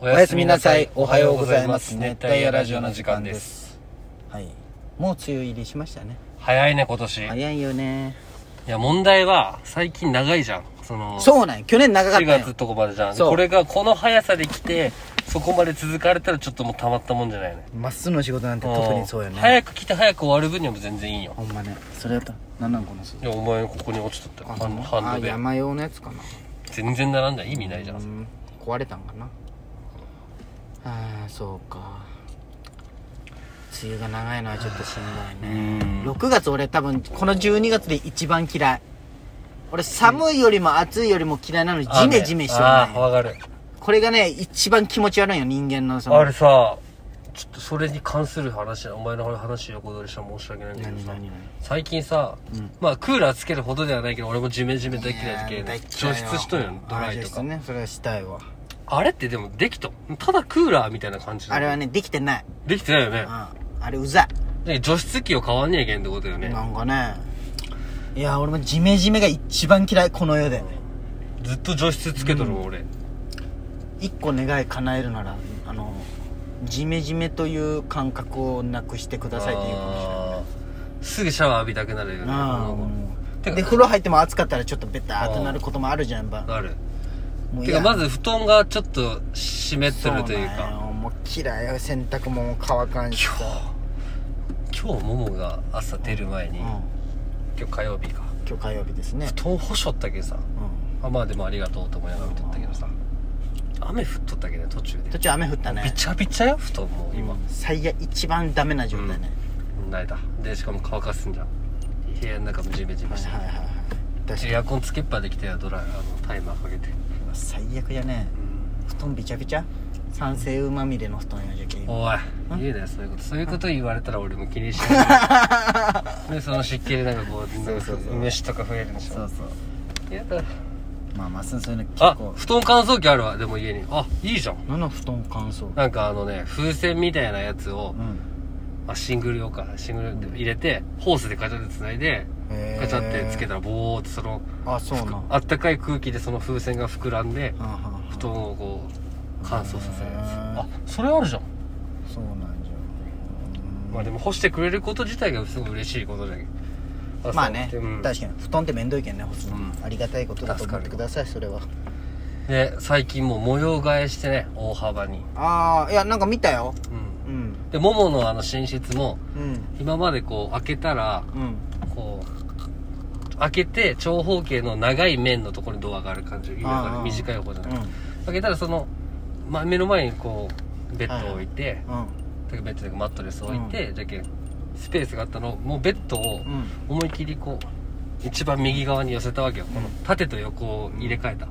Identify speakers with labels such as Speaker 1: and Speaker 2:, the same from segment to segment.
Speaker 1: おやすみなさい。おはようございます。熱帯夜ラジオの時間です。
Speaker 2: はいもう梅雨入りしましたね
Speaker 1: 早いね、今年。い
Speaker 2: 早いよね
Speaker 1: や、問題は、最近長いじゃん。その、
Speaker 2: そうなんよ去年長かった
Speaker 1: 4
Speaker 2: んよ
Speaker 1: 月とこまでじゃん。
Speaker 2: そう
Speaker 1: これがこの速さで来て、そこまで続かれたらちょっともうたまったもんじゃないよね。
Speaker 2: まっすぐの仕事なんて特にそうよね
Speaker 1: 早く来て早く終わる分にはもう全然いいよ。
Speaker 2: ほんまねそれやったら何なんこの鈴
Speaker 1: いや、お前ここに落ちとったよ。ハンハン
Speaker 2: あ
Speaker 1: ドベル。
Speaker 2: 山用のやつかな
Speaker 1: 全然並んだ意味ないじゃ。
Speaker 2: うんん壊れたんかなああそうか梅雨が長いのはちょっとしんどいね
Speaker 1: うん
Speaker 2: 6月俺多分この12月で一番嫌い俺寒いよりも暑いよりも嫌いなのにジメジメしてる
Speaker 1: ああ、
Speaker 2: ね
Speaker 1: わかる。
Speaker 2: これがね一番気持ち悪いよ人間のその
Speaker 1: あれさ、ちょっとそれに関する話、お前の話横取りしたら申し訳ないんだけど
Speaker 2: 何
Speaker 1: さ
Speaker 2: 何、何
Speaker 1: 最近さ、まあクーラーつけるほどではないけど、俺もジメジメ大嫌いだけ
Speaker 2: い
Speaker 1: ど、
Speaker 2: やー
Speaker 1: 除湿しとんよ、ドライと
Speaker 2: あ除湿
Speaker 1: か。
Speaker 2: ねそれはしたいわ
Speaker 1: あれってでもできとんただクーラーみたいな感じだ
Speaker 2: あれはねできてない
Speaker 1: できてないよね
Speaker 2: うん。あれうざい
Speaker 1: で除湿機を買わんにゃいけんってことよね。
Speaker 2: なんかねいや俺もジメジメが一番嫌いこの世で
Speaker 1: ずっと除湿つけとるわ、俺。
Speaker 2: 一個願い叶えるならあのジメジメという感覚をなくしてくださいって言うかもしれない
Speaker 1: あーすぐシャワー浴びたくなるよね。
Speaker 2: なあ
Speaker 1: なんか
Speaker 2: もう
Speaker 1: てか
Speaker 2: で風呂入っても暑かったらちょっとベターっとなることもあるじゃんやっぱ
Speaker 1: なる。
Speaker 2: もう
Speaker 1: てかまず布団がちょっと湿ってるという
Speaker 2: そなんよ
Speaker 1: か。
Speaker 2: もう嫌いよ洗濯物も乾かんし
Speaker 1: 今日、今日ももが朝出る前に、
Speaker 2: うん
Speaker 1: 今日火曜日か。
Speaker 2: 今日火曜日ですね
Speaker 1: 布団干しょったけさ。
Speaker 2: うん
Speaker 1: あまあでもありがとうと思いながら見とったけどさ雨降っとったけどね途中で
Speaker 2: 途中雨降った
Speaker 1: び
Speaker 2: ね
Speaker 1: ちゃびちゃよ布団もう今、
Speaker 2: 最悪一番ダメな状態ね、
Speaker 1: ないだでしかも乾かすんじゃん部屋の中もジメジメして
Speaker 2: はいはいはい
Speaker 1: う
Speaker 2: 確か
Speaker 1: ち
Speaker 2: に
Speaker 1: エアコンつけっぱできたよドライあのタイマーかけて
Speaker 2: 最悪やね布団びちゃびちゃ酸性うまみれの布団やじゃけん
Speaker 1: おい言うなよそういうことそういうこと言われたら俺も気にし ないでその湿気でなんかこうなんか虫とか増えるんでしょ
Speaker 2: そうそう
Speaker 1: やだ
Speaker 2: まあまっすぐそういうの結
Speaker 1: あ
Speaker 2: 構
Speaker 1: 布団乾燥機あるわでも家にあいいじゃん
Speaker 2: 何の布団乾燥
Speaker 1: なんかあのね風船みたいなやつを、
Speaker 2: うん
Speaker 1: あシングル用かシングル用で入れてホースでガチャって繋いで
Speaker 2: へー
Speaker 1: ガチャってつけたらボーってその
Speaker 2: あそうなん
Speaker 1: あったかい空気でその風船が膨らんで
Speaker 2: はんはんはん
Speaker 1: 布団をこう乾燥させるやつ
Speaker 2: へー
Speaker 1: あそれあるじゃん
Speaker 2: そうなんじ
Speaker 1: まあでも干してくれること自体がすごい嬉しいことだけど
Speaker 2: ゃまあね、
Speaker 1: うん
Speaker 2: 確かに布団って面倒いけんねほすの
Speaker 1: うん
Speaker 2: ありがたいことだと思ってくださいそれは
Speaker 1: で最近もう模様替えしてね大幅に
Speaker 2: ああいやなんか見たよ
Speaker 1: うん
Speaker 2: うん
Speaker 1: でもものあの寝室も
Speaker 2: うん
Speaker 1: 今までこう開けたら
Speaker 2: うん
Speaker 1: こう開けて長方形の長い面のところにドアがある感じいわゆる
Speaker 2: あー
Speaker 1: 短い方じゃ
Speaker 2: う
Speaker 1: ない、
Speaker 2: ん
Speaker 1: 開けたらその、ま、目の前にこうベッドを置いて、
Speaker 2: うん
Speaker 1: てかベッドというかマットレスを置いて、じゃけんスペースがあったのをもうベッドを
Speaker 2: うん
Speaker 1: 思い切りこう一番右側に寄せたわけよ、この縦と横を入れ替えた、
Speaker 2: うん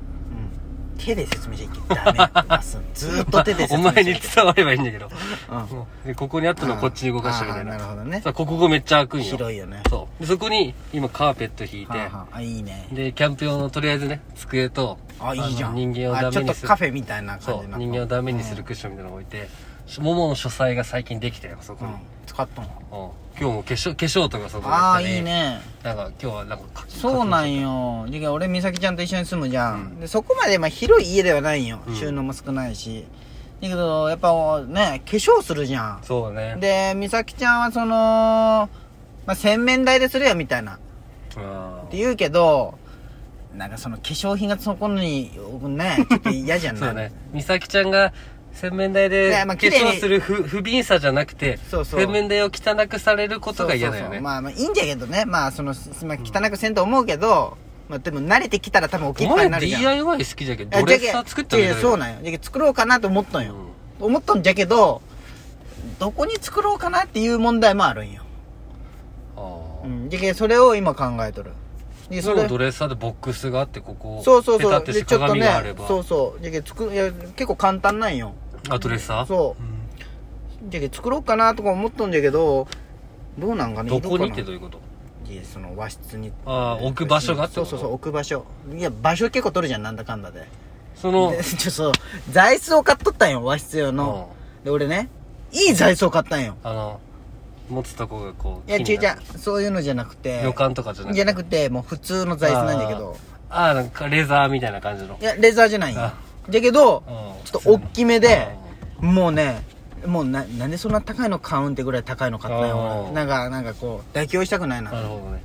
Speaker 2: 手で説明しちゃいけダメってまっすんずーっと手で説
Speaker 1: お
Speaker 2: 明しちゃ
Speaker 1: 前
Speaker 2: いけ
Speaker 1: に伝わればいいんだけど、
Speaker 2: うん
Speaker 1: もうでここにあったのをこっちに動かしてみたい
Speaker 2: あー
Speaker 1: な
Speaker 2: なるほどね
Speaker 1: さここがめっちゃ開くんよ
Speaker 2: 広いよね
Speaker 1: そうでそこに今カーペット引いて、
Speaker 2: はあはああいいね
Speaker 1: でキャンプ用のとりあえずね机と
Speaker 2: あいいじゃん
Speaker 1: の人間をダ
Speaker 2: あち
Speaker 1: メ
Speaker 2: ょっ
Speaker 1: に
Speaker 2: と
Speaker 1: する
Speaker 2: カフェみたいな感
Speaker 1: そ
Speaker 2: じ
Speaker 1: う
Speaker 2: な
Speaker 1: 人間をダメにするクッションみたいなのを置いて、ももの書斎が最近できたよそこ
Speaker 2: う
Speaker 1: に、
Speaker 2: ん
Speaker 1: うん
Speaker 2: 使ったの
Speaker 1: 今日も化粧化粧とかそこ
Speaker 2: あ
Speaker 1: や
Speaker 2: あ
Speaker 1: ったり
Speaker 2: いいね
Speaker 1: なんか今日はなんかか
Speaker 2: そうなん
Speaker 1: か
Speaker 2: よじゃあ俺美咲ちゃんと一緒に住むじゃん、
Speaker 1: うん
Speaker 2: でそこまでまあ広い家ではないんよ、
Speaker 1: うん
Speaker 2: 収納も少ないしだけどやっぱね化粧するじゃん
Speaker 1: そうね
Speaker 2: で美咲ちゃんはその、まあ、洗面台でするよみたいなっ
Speaker 1: うん
Speaker 2: て言うけどなんかその化粧品がそこにねちょっと嫌じゃ ん
Speaker 1: そう
Speaker 2: な
Speaker 1: ね美咲ちゃんが洗面台で
Speaker 2: ね
Speaker 1: 化
Speaker 2: まあ綺麗に
Speaker 1: 粧する不不憫さじゃなくて
Speaker 2: そうそう
Speaker 1: 洗面台を汚くされることが嫌だよ
Speaker 2: そうそうそ
Speaker 1: ね
Speaker 2: うまあまあいいんじゃけどねまあその、まあ、汚くせんと思うけど、まあでも慣れてきたら多分おき
Speaker 1: お
Speaker 2: っぱいにな
Speaker 1: 前
Speaker 2: るじゃん
Speaker 1: DIY 好きじゃけど
Speaker 2: あ
Speaker 1: ドレッサー作ったん
Speaker 2: じ
Speaker 1: だよ
Speaker 2: ゃけいやそうなんよじゃけ作ろうかなと思ったんよ、思ったんじゃけどどこに作ろうかなっていう問題もあるんよ、
Speaker 1: あー
Speaker 2: うん、じゃけそれを今考えとるで
Speaker 1: そ
Speaker 2: そ
Speaker 1: れ
Speaker 2: れ
Speaker 1: もドレッサーでボックスがあってここ
Speaker 2: そうそう
Speaker 1: ペタ
Speaker 2: そ
Speaker 1: っ
Speaker 2: う
Speaker 1: て
Speaker 2: で
Speaker 1: して
Speaker 2: ちょっと
Speaker 1: 鏡があれ
Speaker 2: ね
Speaker 1: ば
Speaker 2: そうそうじゃけ作いや結構簡単なんよ
Speaker 1: あドレッサー
Speaker 2: そう
Speaker 1: う
Speaker 2: じゃけ作ろうかなとか思ったんじゃけどどうなんか
Speaker 1: ん
Speaker 2: ね
Speaker 1: どこにって
Speaker 2: い
Speaker 1: ど
Speaker 2: る
Speaker 1: ういうこと
Speaker 2: かないやその和室に
Speaker 1: ああ置く場所がって
Speaker 2: そう
Speaker 1: こと
Speaker 2: そうそう置く場所いや場所結構取るじゃんなんだかんだで
Speaker 1: その
Speaker 2: でちょそう座椅子を買っとったんよ和室用の、で俺ねいい座椅子を買ったんよ
Speaker 1: うんあの持つとこがこう
Speaker 2: いや違う
Speaker 1: 木に
Speaker 2: 違
Speaker 1: なる
Speaker 2: うそういうのじゃなくて
Speaker 1: 旅館とかじゃなく
Speaker 2: じゃ
Speaker 1: て
Speaker 2: なくてもう普通の座椅子なんだけど
Speaker 1: あーあーなんかレザーみたいな感じの
Speaker 2: いやレザーじゃないんよ
Speaker 1: あ
Speaker 2: だけど
Speaker 1: うん
Speaker 2: と大きめでもうねもうななんでそんな高いの買うんってぐらい高いの買ったよ
Speaker 1: あー
Speaker 2: なんかなんかこう妥協したくないな
Speaker 1: なるほどね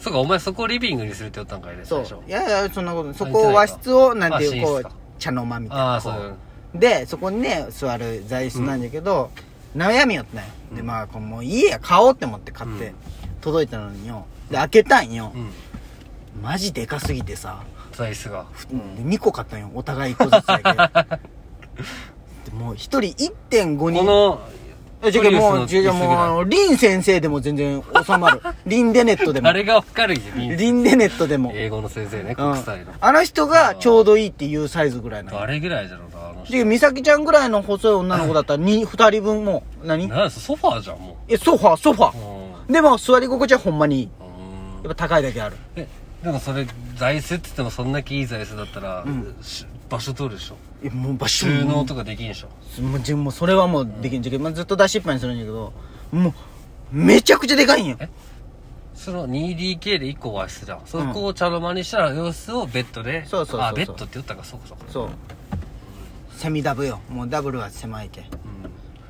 Speaker 1: そうかお前そこをリビングにするって言ったんかいね
Speaker 2: そ
Speaker 1: 最
Speaker 2: う
Speaker 1: 初
Speaker 2: いやいやそんなことそ
Speaker 1: あ言っ
Speaker 2: こ
Speaker 1: てな
Speaker 2: 和
Speaker 1: いか
Speaker 2: 室をなんていう
Speaker 1: あ
Speaker 2: こ
Speaker 1: 寝室
Speaker 2: う
Speaker 1: か
Speaker 2: 茶の間みたい
Speaker 1: あ
Speaker 2: な
Speaker 1: あそうだね
Speaker 2: こうでそこにね座る座椅子なんだけど、悩みよったんよで
Speaker 1: うん
Speaker 2: まあこうもういいや買おうって思って買って、
Speaker 1: うん
Speaker 2: 届いたのによで開けたんよ
Speaker 1: う、ん
Speaker 2: マジでかすぎてさ、
Speaker 1: 座椅子が
Speaker 2: 2個買ったんよお互い1個ず つだけでもう1人1.5
Speaker 1: こ
Speaker 2: 人
Speaker 1: の
Speaker 2: えじゃあもう、
Speaker 1: プリウスの椅子ぐらい
Speaker 2: じゃあもう、あの、リン先生でも全然収まる。リンデネットでも
Speaker 1: あ。れがわかるじゃん
Speaker 2: リンデネットでも。
Speaker 1: 英語の先生ね
Speaker 2: うん
Speaker 1: 国際の
Speaker 2: あの人がちょうどいいっていうサイズぐらいなの。
Speaker 1: あれぐらいだろうなあの人
Speaker 2: で、美咲ちゃんぐらいの細い女の子だったら、に二人分も、何
Speaker 1: なんやソファーじゃんも
Speaker 2: え、ソファー、ソファ
Speaker 1: う
Speaker 2: ー。
Speaker 1: うん
Speaker 2: でも、座り心地はほんまにいい。
Speaker 1: うん
Speaker 2: やっぱ高いだけある。
Speaker 1: えでもそれ座椅子って言ってもそんだけいい座椅子だったら、し場所取るでしょ
Speaker 2: え、もう場所
Speaker 1: 収
Speaker 2: も
Speaker 1: 納とかできんでしょ、
Speaker 2: う、もう自分もうそれはもうできんじゃけど、まあずっと出しっぱにするんだけど、もう、めちゃくちゃでかいんよ。
Speaker 1: えその 2DK で1個和室じゃんそこを茶の間にしたら様子をベッドで、
Speaker 2: そうそうそうそう
Speaker 1: あベッドって言ったかそうかそうか、
Speaker 2: そう。セミダブよ。もうダブルは狭いけ。
Speaker 1: うん、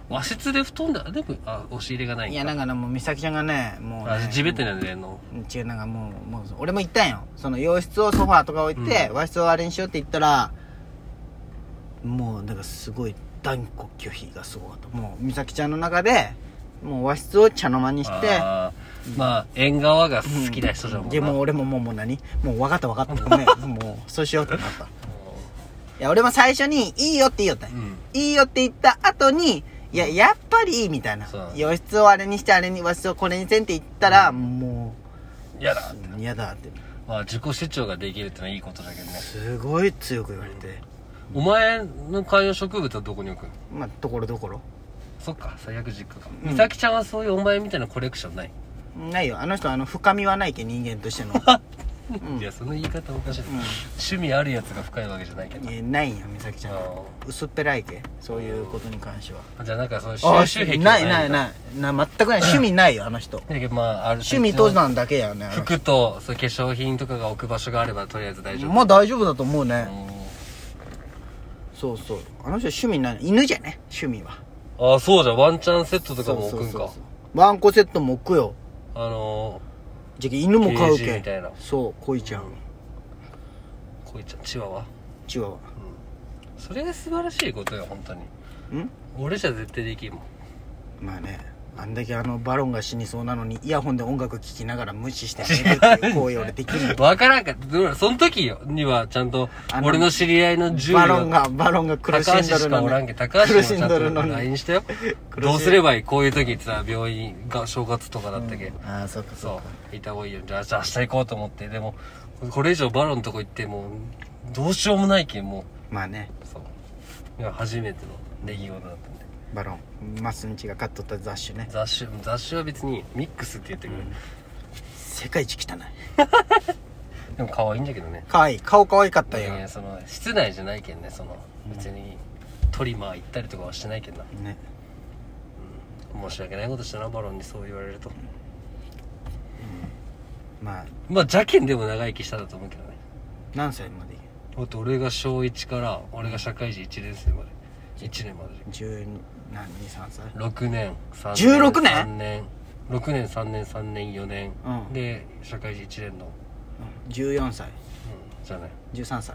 Speaker 1: 和室で布団だでもあ押し入れがないん
Speaker 2: い
Speaker 1: か
Speaker 2: や、なんかね、もう美咲ちゃんがね、もう、
Speaker 1: あ
Speaker 2: ね。
Speaker 1: 地べたに寝んの
Speaker 2: 違うなんかもうもう俺も行ったんよその洋室をソファーとか置いて、
Speaker 1: うん
Speaker 2: 和室をあれにしようって言ったらもうなんかすごい断固拒否がすごかったもう美咲ちゃんの中でもう和室を茶の間にして
Speaker 1: あーまあ縁側が好きな人じゃんもん
Speaker 2: で
Speaker 1: な、
Speaker 2: もう俺ももうもう何もう分かった分かったごめんもうそうしようってな ったいや俺も最初に「いいよ」って言いよったんよ、
Speaker 1: うん
Speaker 2: いいよって言った後に「いややっぱりいい」みたいな
Speaker 1: そうだね
Speaker 2: 洋室をあれにしてあれに和室をこれにせんって言ったら、も
Speaker 1: やだ
Speaker 2: う嫌だって
Speaker 1: まあ自己主張ができるってのはいいことだけどね
Speaker 2: すごい強く言われて、
Speaker 1: お前の観葉植物はどこに置くの
Speaker 2: まあところどころ
Speaker 1: そっか最悪実家か、
Speaker 2: うん
Speaker 1: 美咲ちゃんはそういうお前みたいなコレクションない、
Speaker 2: ないよあの人あの深みはないけ人間 としての、うん
Speaker 1: いやその言い方おかしい、趣味あるやつが深いわけじゃないけど、
Speaker 2: いやないよ美咲ちゃん
Speaker 1: あ
Speaker 2: 薄っぺらいけそういうことに関しては
Speaker 1: ーじゃあなんかそういう
Speaker 2: あ
Speaker 1: 収集癖
Speaker 2: ないない
Speaker 1: い
Speaker 2: ないな全くない趣味ないよあの人
Speaker 1: だけどまあある
Speaker 2: 趣味登山だけやねあの人
Speaker 1: 服とそう化粧品とかが置く場所があればとりあえず大丈夫、
Speaker 2: まあ大丈夫だと思うね、
Speaker 1: うん
Speaker 2: そうそうあの人趣味ない犬じゃね趣味は
Speaker 1: ああそうじゃんワンチャンセットとかも置くんか
Speaker 2: そうそうそうワンコセットも置くよ
Speaker 1: あの
Speaker 2: じゃけ犬も飼う
Speaker 1: ケージ
Speaker 2: け
Speaker 1: みたいな
Speaker 2: そう恋ちゃん、
Speaker 1: ー、こいちゃんチワワ
Speaker 2: チワワ
Speaker 1: それが素晴らしいことよ本当に
Speaker 2: うん
Speaker 1: 俺じゃ絶対できんもん
Speaker 2: まあねあんだけあのバロンが死にそうなのにイヤホンで音楽聴きながら無視して寝るって いう行為俺できる
Speaker 1: わからんかどうその時よにはちゃんと
Speaker 2: あの
Speaker 1: 俺の知り合いの10
Speaker 2: バロンがバロンが苦
Speaker 1: 高
Speaker 2: し
Speaker 1: 橋
Speaker 2: んど
Speaker 1: し
Speaker 2: る
Speaker 1: かお
Speaker 2: の
Speaker 1: らん
Speaker 2: に
Speaker 1: けど高橋も
Speaker 2: 苦し
Speaker 1: ちゃ
Speaker 2: ん
Speaker 1: ん
Speaker 2: ど
Speaker 1: と
Speaker 2: るの
Speaker 1: LINE
Speaker 2: に
Speaker 1: したよ
Speaker 2: 苦しん
Speaker 1: どうすればいいこういう時ってさ病院が正月とかだったけ、
Speaker 2: ああそっかそっ
Speaker 1: そ
Speaker 2: か
Speaker 1: ういた方がいいよじゃあじゃあ明日行こうと思ってでもこれ以上バロンのとこ行ってもうどうしようもないけんも
Speaker 2: まあね
Speaker 1: うそういや初めての出来事だったんで
Speaker 2: バロンマスンチが飼っとった雑種ね
Speaker 1: 雑種雑種は別にミックスって言ってくれる、
Speaker 2: 世界一汚い
Speaker 1: でも可愛いんだけどね
Speaker 2: かわいい顔かわいかっ
Speaker 1: い
Speaker 2: たよ
Speaker 1: やいやその室内じゃないけんねその別にトリマー行ったりとかはしてないけんな
Speaker 2: ね
Speaker 1: 申し訳ないことしたなバロンにそう言われると
Speaker 2: まあ
Speaker 1: まあ邪剣でも長生きしただと思うけどね
Speaker 2: 何歳までいい
Speaker 1: だって俺が小1から俺が社会人1年生まで1年まで
Speaker 2: 1何23歳
Speaker 1: 6年3
Speaker 2: 16年
Speaker 1: 3年6年3年3年4年、
Speaker 2: うん
Speaker 1: で社会人1年の、うん
Speaker 2: うん14歳
Speaker 1: じゃない
Speaker 2: 13歳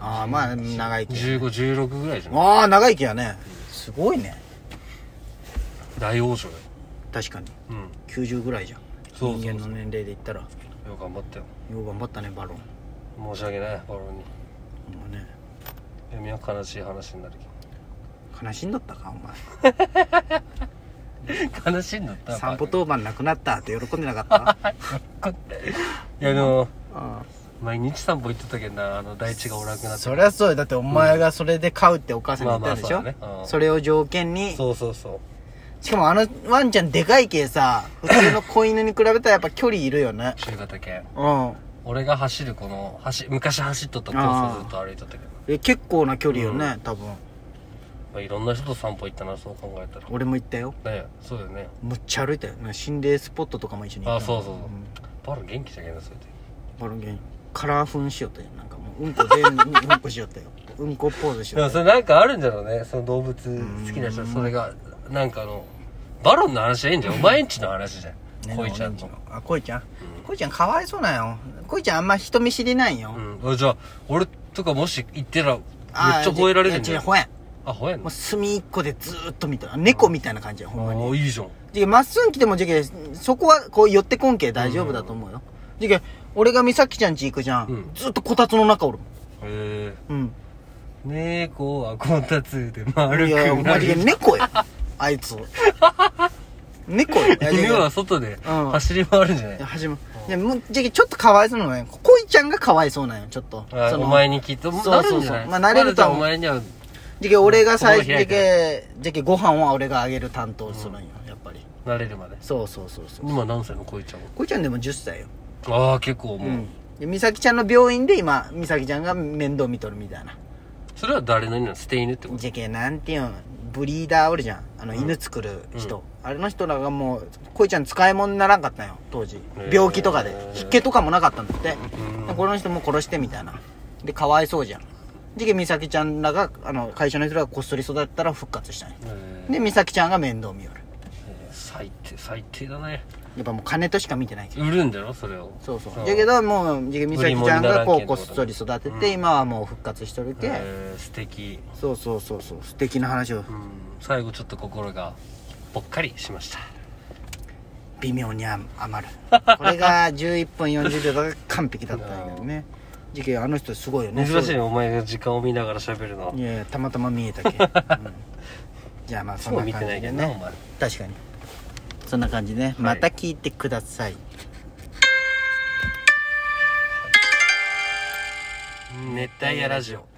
Speaker 2: ああまあ長生き
Speaker 1: 1516ぐらいじゃない
Speaker 2: ああ長生きやねすごいね
Speaker 1: 大王女だよ
Speaker 2: 確かに
Speaker 1: うん
Speaker 2: 90ぐらいじゃん
Speaker 1: そうそうそう
Speaker 2: 人間の年齢で言ったらよ
Speaker 1: よく頑張ったよ
Speaker 2: う頑張ったねバロン
Speaker 1: 申し訳ないバロンに
Speaker 2: もうね
Speaker 1: 弓は悲しい話になる
Speaker 2: 悲しんだったかお前
Speaker 1: けど 悲しいんだった
Speaker 2: 散
Speaker 1: バ
Speaker 2: 歩
Speaker 1: ロ
Speaker 2: 当番なくなったって喜んでな かった
Speaker 1: ンいやでも
Speaker 2: うん
Speaker 1: 毎日散歩行ってたけどなあの大地がおらんくなって
Speaker 2: そりゃそうよだってお前がそれで買うってお母さんに言っ
Speaker 1: まあ
Speaker 2: た
Speaker 1: まあ
Speaker 2: でしょ
Speaker 1: そうだねうん
Speaker 2: それを条件に
Speaker 1: そうそうそう
Speaker 2: しかもあのワンちゃんでかい系さ普通の子犬に比べたらやっぱ距離いるよね
Speaker 1: 中型犬
Speaker 2: うん
Speaker 1: 俺が走るこの走昔走っとったコースをずっと歩いとったけど
Speaker 2: え結構な距離よね多分
Speaker 1: まあ、いろんな人と散歩行ったなそう考えたら
Speaker 2: 俺も行ったよ
Speaker 1: ねそうだよね
Speaker 2: むっちゃ歩いたよなんか心霊スポットとかも一緒に行った
Speaker 1: あそうそうそう
Speaker 2: うん
Speaker 1: バロン元気じゃけんなそれで
Speaker 2: バロンゲンカラー粉しよったよなんかもううんこ全部うんこしよったようんこポーズし
Speaker 1: で
Speaker 2: よ
Speaker 1: も
Speaker 2: っ
Speaker 1: そ
Speaker 2: たよ
Speaker 1: れなんかあるんだろうねその動物好きな人それがなんかあのバロンの話はいいんだよお前んちの話じゃん恋ちゃん
Speaker 2: ね
Speaker 1: と
Speaker 2: あ恋ちゃん恋ちゃんかわいそうなんよ恋ちゃんあんま人見知りないよ、
Speaker 1: うんあじゃあ俺とかもし行ってたらめっ
Speaker 2: あー
Speaker 1: ちゃ吠えられるん
Speaker 2: い
Speaker 1: じ
Speaker 2: や
Speaker 1: ゃ
Speaker 2: 違うん吠えん
Speaker 1: あ吠えん
Speaker 2: も
Speaker 1: の
Speaker 2: う隅っこでずーっと見たら猫みたいな感じやほんまに
Speaker 1: ああいいじゃん
Speaker 2: じゃまっすん来てもじゃけそこはこう寄ってこんけ大丈夫だと思うよ、じゃけ俺が美咲ちゃん家行くじゃん、
Speaker 1: うん
Speaker 2: ずっとこたつの中おる
Speaker 1: へえ
Speaker 2: もんうん
Speaker 1: 猫はこたつで丸
Speaker 2: い
Speaker 1: く
Speaker 2: やいや
Speaker 1: な
Speaker 2: マジで
Speaker 1: る
Speaker 2: 猫やあいつ猫やい や
Speaker 1: 犬は外で
Speaker 2: うん
Speaker 1: 走り回るんじゃない
Speaker 2: いや始まいやもうじゃけちょっとかわいそうなのよ恋ちゃんがかわいそうなんよちょっと
Speaker 1: あ
Speaker 2: その
Speaker 1: お前にきっと
Speaker 2: そう
Speaker 1: なるんじゃない
Speaker 2: そうそうまあ慣れるとは
Speaker 1: お前には
Speaker 2: じゃけ俺が最初じ
Speaker 1: 心開
Speaker 2: ゃ
Speaker 1: いて
Speaker 2: けじゃけご飯は俺があげる担当するんよ、やっぱり
Speaker 1: 慣れるまで
Speaker 2: そうそうそうそう
Speaker 1: 今何歳の恋ちゃん
Speaker 2: 恋ちゃんでも10歳よ
Speaker 1: はああ結構
Speaker 2: う
Speaker 1: もう、
Speaker 2: んで美咲ちゃんの病院で今美咲ちゃんが面倒見とるみたいな
Speaker 1: それは誰の犬なの捨て犬ってこと
Speaker 2: じゃけなんていうんブリーダーおるじゃんあの犬作る人、あれの人らがもう恋ちゃん使い物にならんかったんよ当時
Speaker 1: へー
Speaker 2: 病気とかで引けとかもなかったんだって
Speaker 1: うん
Speaker 2: でこの人も殺してみたいなでかわいそうじゃんじゃけ美咲ちゃんらがあの会社の人らがこっそり育ったら復活したんよ
Speaker 1: えー
Speaker 2: で美咲ちゃんが面倒見よる
Speaker 1: えー最低最低だね
Speaker 2: やっぱもう金としか見てないけど
Speaker 1: 売るんだろそれを
Speaker 2: そうそう
Speaker 1: ああ
Speaker 2: じゃけどもうじゃけ美咲ちゃ
Speaker 1: 売り物に
Speaker 2: んがこ
Speaker 1: ならんけ
Speaker 2: うんこ
Speaker 1: ど
Speaker 2: っそり育てて今はもう復活しとるけ、
Speaker 1: えー、素敵
Speaker 2: そうそうそうそう素敵な話を
Speaker 1: うん最後ちょっと心がぽっかりしました
Speaker 2: 微妙に余 るこれが11分40秒だから完璧だったんだけどね事件あの人すごいよね
Speaker 1: 珍しいね
Speaker 2: よ
Speaker 1: お前が時間を見ながら喋るのはい
Speaker 2: やいやたまたま見えた け、うんじゃあまあそん
Speaker 1: そう
Speaker 2: な
Speaker 1: 見て
Speaker 2: 感
Speaker 1: ない
Speaker 2: じ
Speaker 1: け
Speaker 2: で
Speaker 1: どなお
Speaker 2: ね
Speaker 1: 前
Speaker 2: 確かにそんな感じで、ねまた聞いてください
Speaker 1: 熱帯夜ラジオ